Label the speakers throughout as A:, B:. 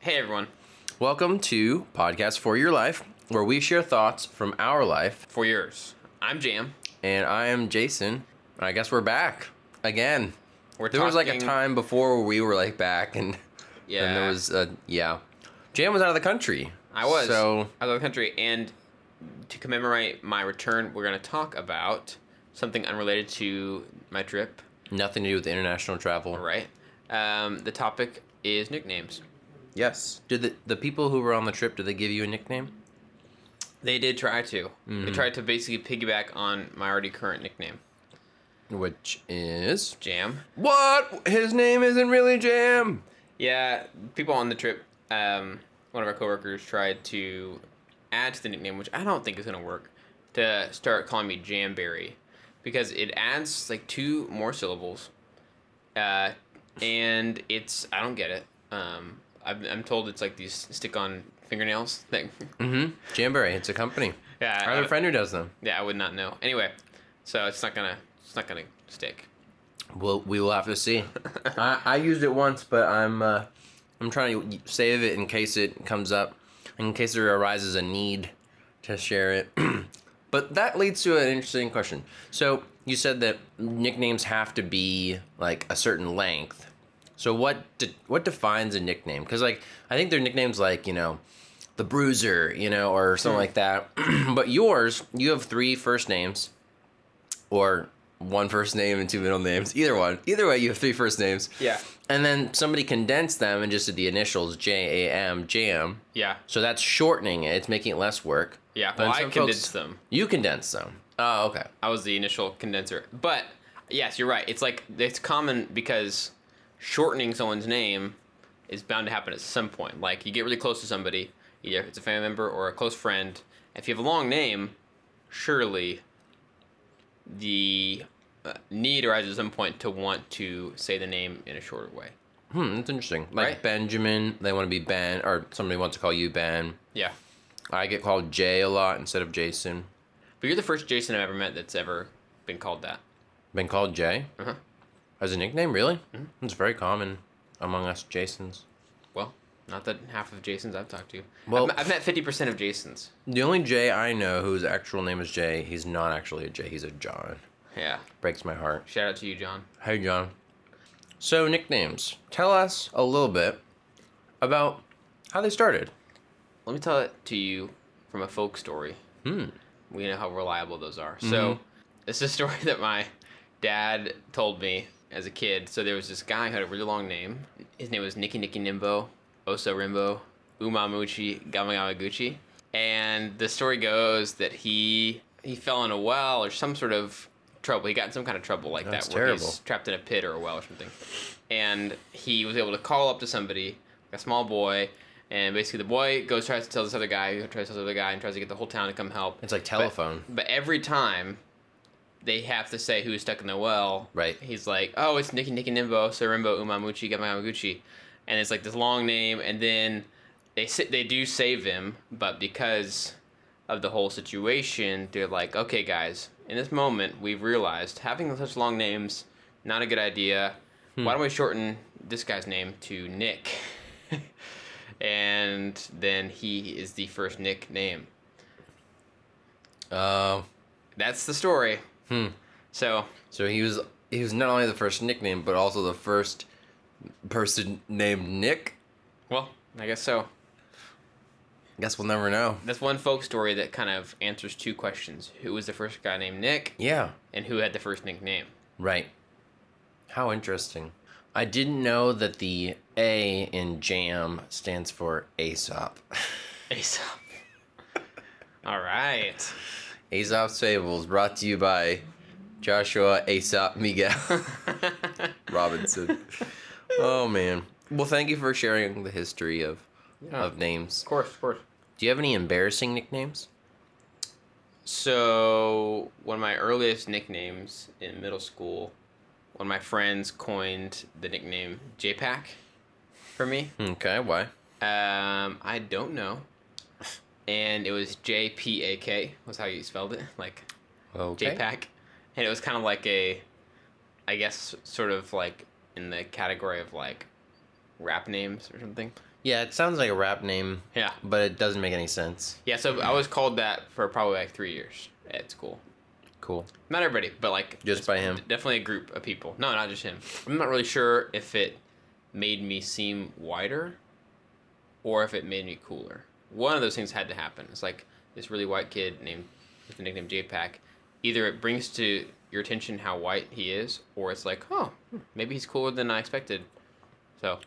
A: Hey everyone,
B: Welcome to Podcast for Your Life, where we share thoughts from our life.
A: for yours. I'm Jam.
B: And I am Jason. And I guess we're back again.
A: We're
B: there was like a
A: talking-
B: time before where we were like back, and
A: Yeah,
B: and there was uh, yeah, Jam was out of the country.
A: I was
B: so
A: out of the country, and to commemorate my return, we're gonna talk about something unrelated to my trip.
B: nothing to do with international travel.
A: All right. Um, the topic is nicknames.
B: Yes. Did the the people who were on the trip did they give you a nickname?
A: They did try to. They
B: Mm-hmm.
A: tried to basically piggyback on my already current nickname,
B: Which is
A: Jam.
B: what his name isn't really Jam.
A: Yeah, people on the trip, um, one of our coworkers tried to add to the nickname, which I don't think is gonna work, to start calling me Jamberry, because it adds like two more syllables, uh, and it's I don't get it. Um, I'm, I'm told it's like these stick-on fingernails thing.
B: Mm-hmm. Jamberry. It's a company.
A: yeah,
B: I have
A: I-
B: a friend who does them.
A: yeah, I would not know. Anyway, so it's not gonna it's not gonna stick.
B: Well, we will have to see. I, I used it once, but I'm uh, I'm trying to save it in case it comes up, in case there arises a need to share it. but that leads to an interesting question. So you said that nicknames have to be like a certain length. So what de- what defines a nickname? Because like I think their nicknames like you know, the Bruiser, you know, or something like that. but yours, you have three first names or one first name and two middle names. Either one. Either way, you have three first names.
A: Yeah.
B: And then somebody condensed them and just did the initials J A M Jam.
A: Yeah,
B: So that's shortening it. It's making it less work.
A: yeah.
B: But
A: Well, I
B: some folks-
A: condensed them.
B: You condense them. Oh, okay.
A: I was the initial condenser. But yes, you're right. It's like it's common because shortening someone's name is bound to happen at some point. Like you get really close to somebody, either if it's a family member or a close friend. If you have a long name, surely the uh, need arises at some point to want to say the name in a shorter way.
B: Hmm, that's interesting. Like
A: Right.
B: Benjamin, they want to be Ben, or somebody wants to call you Ben.
A: Yeah.
B: I get called Jay a lot instead of Jason.
A: But you're the first Jason I've ever met that's ever been called that.
B: Been called Jay
A: Uh-huh. Mm-hmm.
B: as a nickname, really? It's very common among us Jasons.
A: Well, not that half of Jasons I've talked to.
B: Well-
A: Well, I've met 50% of Jasons.
B: The only Jay I know whose actual name is Jay, he's not actually a Jay, he's a John.
A: Yeah.
B: Breaks my heart.
A: Shout out to you, John.
B: Hey, John. So, nicknames. Tell us a little bit about how they started.
A: Let me tell it to you from a folk story. Hmm. We know how reliable those are. So,
B: Mm-hmm.
A: this is a story that my dad told me as a kid. So, there was this guy who had a really long name. His name was Nicky Nicky Nimbo, Oso Rimbo, Umamuchi Gamagamaguchi. And the story goes that he he fell in a well or some sort of trouble. He got in some kind of trouble like
B: That's
A: that where he's
B: terrible.
A: trapped in a pit or a well or something. And he was able to call up to somebody, a small boy, and basically the boy goes tries to tell this other guy, who tries to tell the other guy, and tries to get the whole town to come help.
B: It's like telephone.
A: But every time they have to say who's stuck in the well,
B: Right.
A: He's like, oh, it's Nicky Nicky Nimbo, Sarimbo Umamuchi Gamamaguchi, and it's like this long name, and then they sit, they do save him, but because of the whole situation, they're like, okay, guys, in this moment, we've realized having such long names not a good idea. Why don't we shorten this guy's name to Nick? and then he is the first Nick name.
B: Uh,
A: That's the story.
B: Hmm.
A: So
B: so he was he was not only the first nickname, but also the first person named Nick.
A: Well, I guess so.
B: Guess we'll never know.
A: That's one folk story that kind of answers two questions: who was the first guy named Nick,
B: Yeah.
A: and who had the first nickname?
B: Right. How interesting. I didn't know that the A in jam stands for Aesop.
A: Aesop. All right.
B: Aesop's Fables brought to you by Joshua Aesop Miguel.
A: Uh,
B: Robinson. oh man. Well, thank you for sharing the history of of names.
A: course, of course.
B: Do you have any embarrassing nicknames?
A: So one of my earliest nicknames in middle school, one of my friends coined the nickname JPAC for me.
B: Okay, why?
A: Um, I don't know. And it was J P A K was how you spelled it, like
B: Okay.
A: JPEG, and it was kind of like a, I guess, sort of like in the category of like rap names or something.
B: Yeah, it sounds like a rap name,
A: Yeah.
B: but it doesn't make any sense.
A: Yeah, so I was called that for probably like three years at school.
B: Cool.
A: Not everybody, but like
B: Just
A: it's
B: by him.
A: d- Definitely a group of people. No, not just him. I'm not really sure if it made me seem whiter or if it made me cooler. One of those things had to happen. It's like this really white kid named with the nickname JPAC. Either it brings to your attention how white he is, or it's like, oh, hmm, maybe he's cooler than I expected. So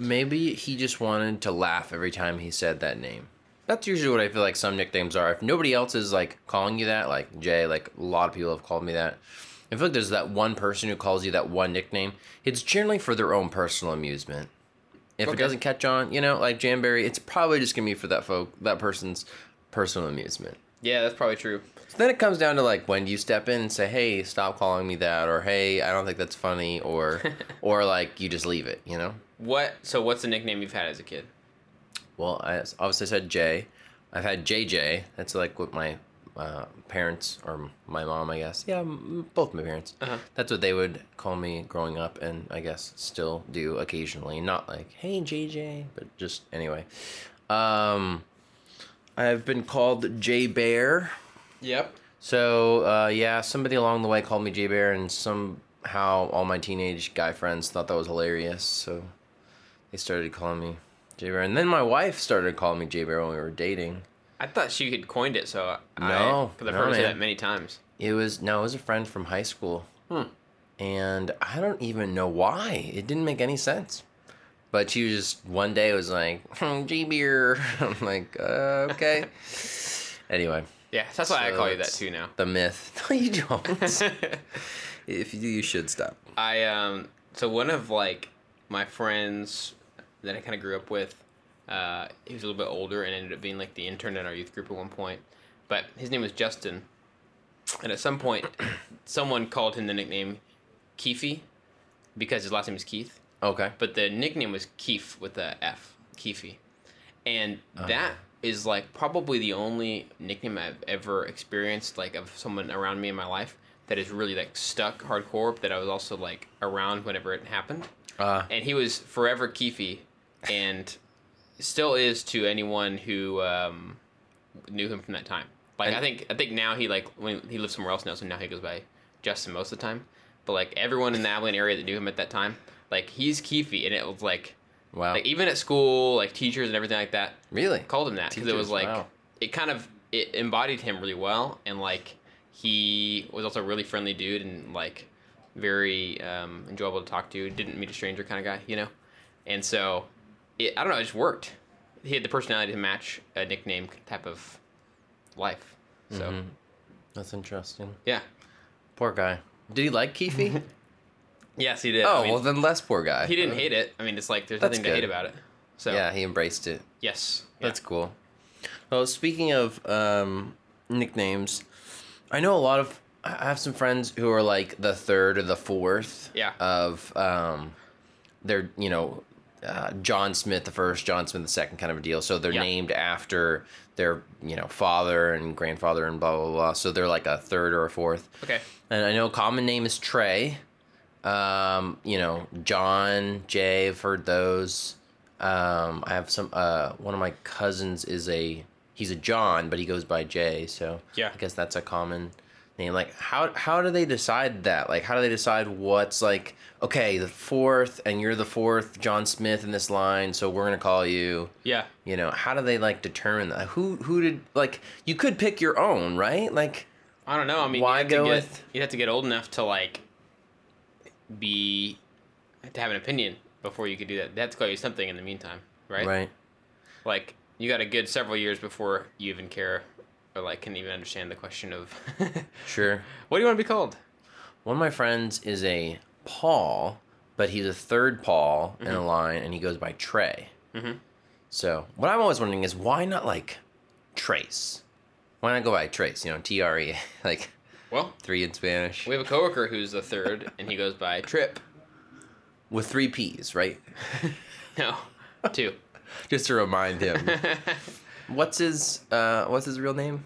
B: Maybe he just wanted to laugh every time he said that name. That's usually what I feel like some nicknames are. If nobody else is like calling you that, like Jay, like a lot of people have called me that. I feel like there's that one person who calls you that one nickname. It's generally for their own personal amusement. If it
A: Okay.
B: doesn't catch on, you know, like Jamberry, it's probably just gonna be for that folk that person's personal amusement.
A: yeah, that's probably true.
B: So then it comes down to like when do you step in and say, "Hey, stop calling me that," or "Hey, I don't think that's funny," or or like you just leave it, you know?
A: What? So what's the nickname you've had as a kid?
B: Well, I s- obviously said J. I've had JJ. That's like what my uh, parents or my mom, I guess. Yeah, m- both my parents.
A: Uh-huh.
B: That's what they would call me growing up, and I guess still do occasionally. Not like "Hey JJ," but just anyway. Um, I've been called J Bear.
A: Yep.
B: So uh, yeah, somebody along the way called me J Bear, and somehow all my teenage guy friends thought that was hilarious. So they started calling me J Bear, and then my wife started calling me J Bear when we were dating.
A: I thought she had coined it, so I,
B: No,
A: because I've
B: no,
A: heard her say
B: man.
A: that many times.
B: It was no, it was a friend from high school,
A: Hmm.
B: and I don't even know why. It didn't make any sense. But she was just one day was like "Hmm, J Bear. I'm like uh, okay. anyway,
A: Yeah, that's why I
B: So
A: call you that
B: it's-
A: too now.
B: the myth. No, you don't. if you do, you should stop.
A: I um so one of like my friends that I kind of grew up with, uh, he was a little bit older and ended up being like the intern at our youth group at one point, but his name was Justin, and at some point, someone called him the nickname Keefy, because his last name is Keith.
B: Okay.
A: but the nickname was Keef with a F, Keefy, and that is like probably the only nickname I've ever experienced like of someone around me in my life that is really like stuck hardcore, but that I was also like around whenever it happened,
B: Uh,
A: and he was forever Keefy, and still is to anyone who um, knew him from that time. Like I think I think now he like when he lives somewhere else now, so now he goes by Justin most of the time. But like everyone in the Abilene area that knew him at that time, like he's Keefy, and it was like
B: Wow.
A: like even at school, like teachers and everything like that
B: really?
A: called him that because it
B: Teachers,
A: was like
B: wow.
A: it kind of it embodied him really well, and like he was also a really friendly dude and like very um, enjoyable to talk to. Didn't meet a stranger kind of guy, you know. And so, it, I don't know, it just worked. He had the personality to match a nickname type of life. So
B: Mm-hmm. That's interesting.
A: yeah,
B: Poor guy. Did he like Keefe?
A: yes, he did. I
B: oh,
A: mean,
B: well, then less poor guy.
A: he didn't hate it. I mean, it's like there's
B: That's
A: nothing to hate
B: good.
A: about it. So
B: Yeah, he embraced it.
A: yes,
B: That's cool. Well, speaking of um, nicknames, I know a lot of. I have some friends who are like the third or the fourth.
A: Yeah.
B: Of um, their you know, uh, John Smith the first, John Smith the second, kind of a deal. So they're
A: Yeah.
B: named after their you know father and grandfather and blah blah blah. So they're like a third or a fourth.
A: yeah. okay.
B: And I know a common name is Trey. Um, you know, John, Jay, I've heard those. Um, I have some uh one of my cousins is a he's a John, but he goes by Jay, so
A: Yeah.
B: I guess that's a common name. Like how how do they decide that? Like how do they decide what's like okay, the fourth and you're the fourth John Smith in this line, so we're gonna call you
A: Yeah.
B: you know, how do they like determine that? Who who did like you could pick your own, right? Like
A: I don't know. I mean, you
B: Why
A: have to
B: go
A: get,
B: with-
A: You'd have to get old enough to like be to have an opinion before you could do that. That's call you something in the meantime, right?
B: right.
A: Like you got a good several years before you even care or like can even understand the question of
B: Sure.
A: what do you want to be called?
B: One of my friends is a Paul, but he's a third Paul in
A: Mm-hmm.
B: a line, and he goes by Trey.
A: Mhm.
B: So what I'm always wondering is why not like Trace? Why not go by Trace? You know, T R E, like
A: Well,
B: three in Spanish
A: we have a coworker who's the third, and he goes by Trip.
B: with three P's, right?
A: No, two.
B: Just to remind him. what's his uh, What's his real name?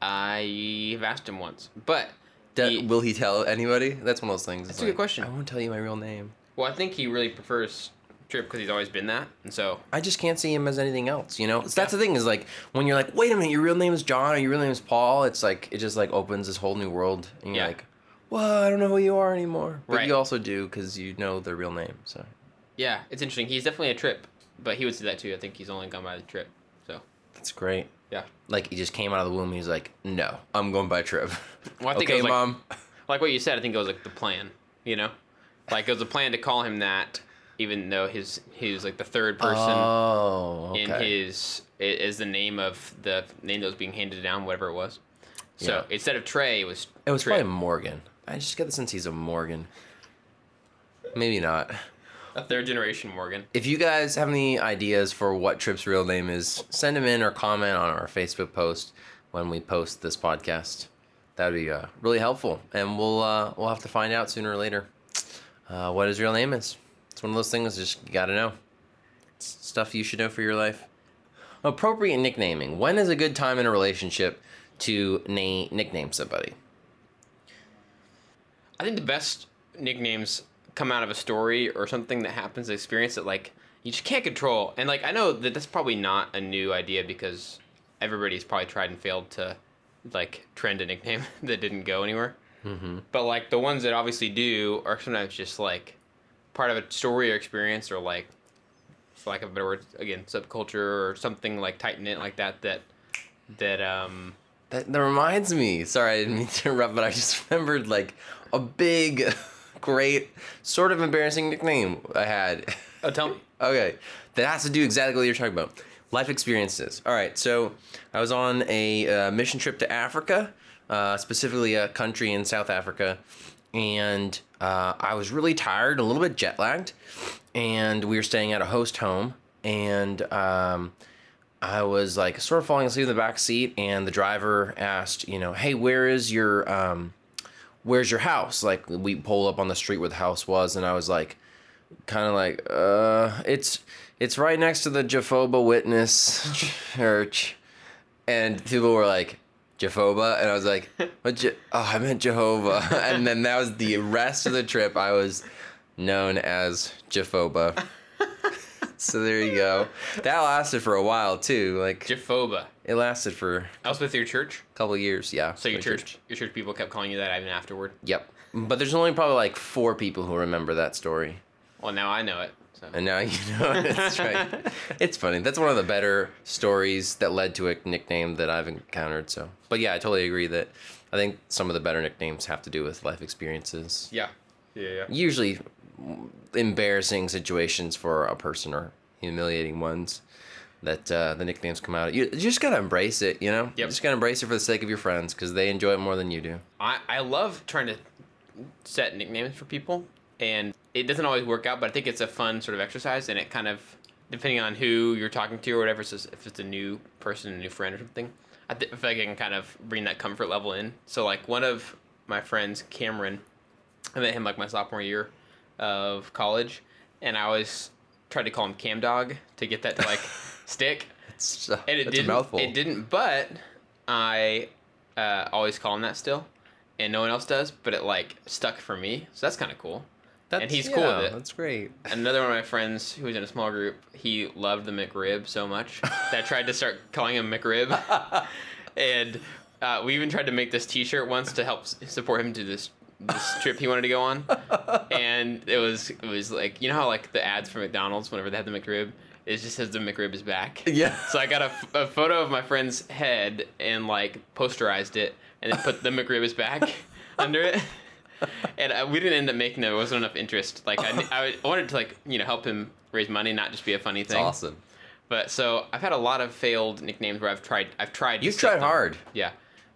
A: I've asked him once, but
B: Do-
A: he-
B: will he tell anybody? That's one of those things. That's
A: a good question.
B: I won't tell you my real name.
A: well, I think he really prefers trip because he's always been that. And so
B: I just can't see him as anything else, you know? So that's the thing is like when you're like, wait a minute, your real name is John or your real name is Paul, it's like it just like opens this whole new world and you're
A: Yeah.
B: like, Whoa, I don't know who you are anymore. But
A: Right.
B: you also do because you know their real name. So
A: yeah, it's interesting. He's definitely a trip, but he would say that too. I think he's only gone by the trip. So
B: that's great.
A: yeah,
B: Like he just came out of the womb and he's like, No, I'm going by Trip.
A: Well, I think it
B: okay,
A: was, like-
B: Mom.
A: like what you said, I think it was like the plan. You know, like it was a plan to call him that, even though his he was like the third person.
B: oh, okay.
A: in his i- is the name of the name that was being handed down, whatever it was. So
B: Yeah.
A: instead of Trey, it was
B: It was
A: Trip.
B: probably Morgan. I just get the sense he's a Morgan. Maybe not.
A: a third generation Morgan.
B: If you guys have any ideas for what Trip's real name is, send them in or comment on our Facebook post when we post this podcast. That would be uh, really helpful, and we'll uh, we'll have to find out sooner or later uh, what his real name is. It's one of those things just you gotta know. It's stuff you should know for your life. Appropriate nicknaming. When is a good time in a relationship to na- nickname somebody?
A: I think the best nicknames come out of a story or something that happens, an experience that like you just can't control. And like I know that that's probably not a new idea because everybody's probably tried and failed to like trend a nickname that didn't go anywhere. Mm-hmm. But like the ones that obviously do are sometimes just like part of a story or experience or like for lack of a better word again subculture or something like tight knit like that that that um
B: That, that reminds me. Sorry, I didn't mean to interrupt, but I just remembered like a big, great, sort of embarrassing nickname I had.
A: oh tell me
B: okay, that has to do exactly what you're talking about. Life experiences. All right, so I was on a uh, mission trip to Africa, uh, specifically a country in South Africa, and uh, I was really tired, a little bit jet lagged, and we were staying at a host home, and um, I was like sort of falling asleep in the back seat, and the driver asked, you know, hey, where is your, um, where's your house? Like we pull up on the street where the house was, and I was like, kind of like, uh, it's it's right next to the Jehovah Witness Church, and people were like. Jehovah, and I was like, "What? Je- oh, I meant Jehovah." And then that was the rest of the trip. I was known as Jehovah. So there you go. That lasted for a while too. Like
A: Jephoba.
B: it lasted for a
A: I was with your church.
B: couple years. Yeah.
A: So your
B: My
A: church, your church people kept calling you that even afterward.
B: Yep. But there's only probably like four people who remember that story.
A: Well, now I know it. So.
B: And now you know it. That's right. It's funny. That's one of the better stories that led to a nickname that I've encountered. So, but yeah, I totally agree that I think some of the better nicknames have to do with life experiences.
A: Yeah. Yeah. Yeah.
B: Usually mm, embarrassing situations for a person or humiliating ones that uh, the nicknames come out. You, you just got to embrace it, you know? You just got to embrace it for the sake of your friends because they enjoy it more than you do.
A: I I love trying to set nicknames for people, and it doesn't always work out. But I think it's a fun sort of exercise, and it kind of depending on who you're talking to or whatever. So if it's a new person, a new friend, or something, I, th- I feel like I can kind of bring that comfort level in. So like one of my friends, Cameron, I met him like my sophomore year of college, and I always tried to call him Cam Dog to get that to like stick.
B: It's, uh,
A: and it
B: it's
A: didn't.
B: a mouthful.
A: It didn't, but I uh, always call him that still, and no one else does. But it like stuck for me, so that's kind of cool.
B: That's,
A: and he's cool with it.
B: That's great.
A: Another one of my friends who was in a small group, he loved the McRib so much that I tried to start calling him McRib, and uh, we even tried to make this T-shirt once to help s- support him to this this trip he wanted to go on, and it was it was like you know how like the ads for McDonald's whenever they had the McRib. It just says the McRib is back.
B: Yeah.
A: So I got a, f- a photo of my friend's head and like posterized it, and then put the McRib is back under it. And I, we didn't end up making that. There wasn't enough interest. Like I, I wanted to like you know help him raise money, not just be a funny
B: It's
A: thing.
B: awesome.
A: But so I've had a lot of failed nicknames where I've tried. I've tried. to
B: You've
A: stick
B: tried
A: them.
B: hard.
A: Yeah,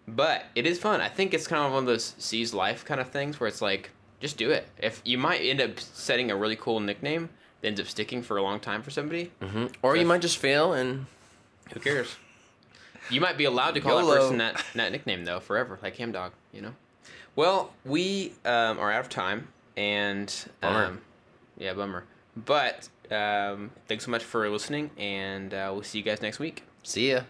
A: but it is fun. I think it's kind of one of those seize life kind of things where it's like just do it. If you might end up setting a really cool nickname that ends up sticking for a long time for somebody,
B: Or
A: So
B: you
A: if-
B: might just fail and
A: who cares? You might be allowed to call
B: YOLO.
A: that person that, that nickname though forever, like Ham Dog. You know. Well, we um, are out of time, and
B: Bummer.
A: Um, yeah, bummer. But um, thanks so much for listening, and uh, we'll see you guys next week.
B: see ya.